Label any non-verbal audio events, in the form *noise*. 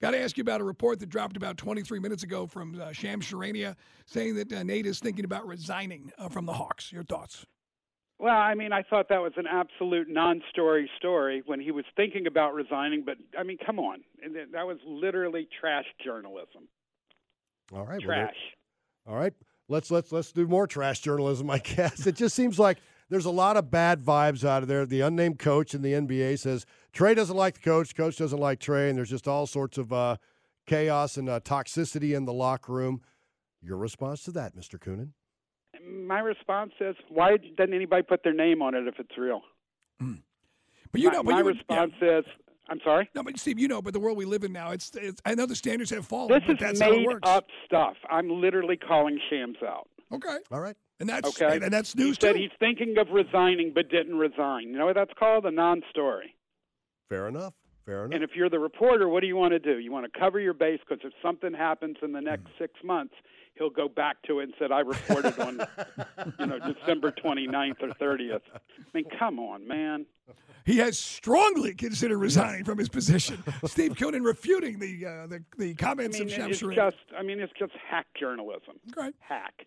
Got to ask you about a report that dropped about 23 minutes ago from uh, Sham Sharania saying that uh, Nate is thinking about resigning uh, from the Hawks. Your thoughts? Well, I mean, I thought that was an absolute non-story story when he was thinking about resigning. But I mean, come on, And that- that was literally trash journalism. All right. well, there- Trash. all right. Let's let's let's do more trash journalism, I *laughs* guess. It just seems like there's a lot of bad vibes out of there. The unnamed coach in the NBA says Trey doesn't like the coach, coach doesn't like Trey, and there's just all sorts of uh, chaos and uh, toxicity in the locker room. Your response to that, Mr. Coonan? My response is, why doesn't anybody put their name on it if it's real? But you my know, but my you would- yeah. response is, I'm sorry. No, but Steve, you know, but the world we live in now, it's, it's I know the standards have fallen, This Oh, but is that's how it made works. up stuff. I'm literally calling Shams out. Okay, All right. and that's Okay. and, and that's news Said too. he's thinking of resigning but didn't resign. You know what that's called? A non-story. Fair enough. Fair enough. And if you're the reporter, what do you want to do? You want to cover your base because if something happens in the next six months, he'll go back to it and said, "I reported on, you know, December 29th or 30th." I mean, come on, man. He has strongly considered resigning from his *laughs* position. Steve Coonan refuting the uh, the, the I comments mean, of Sham it's Sharania. just, I mean, it's just hack journalism. Okay. Hack.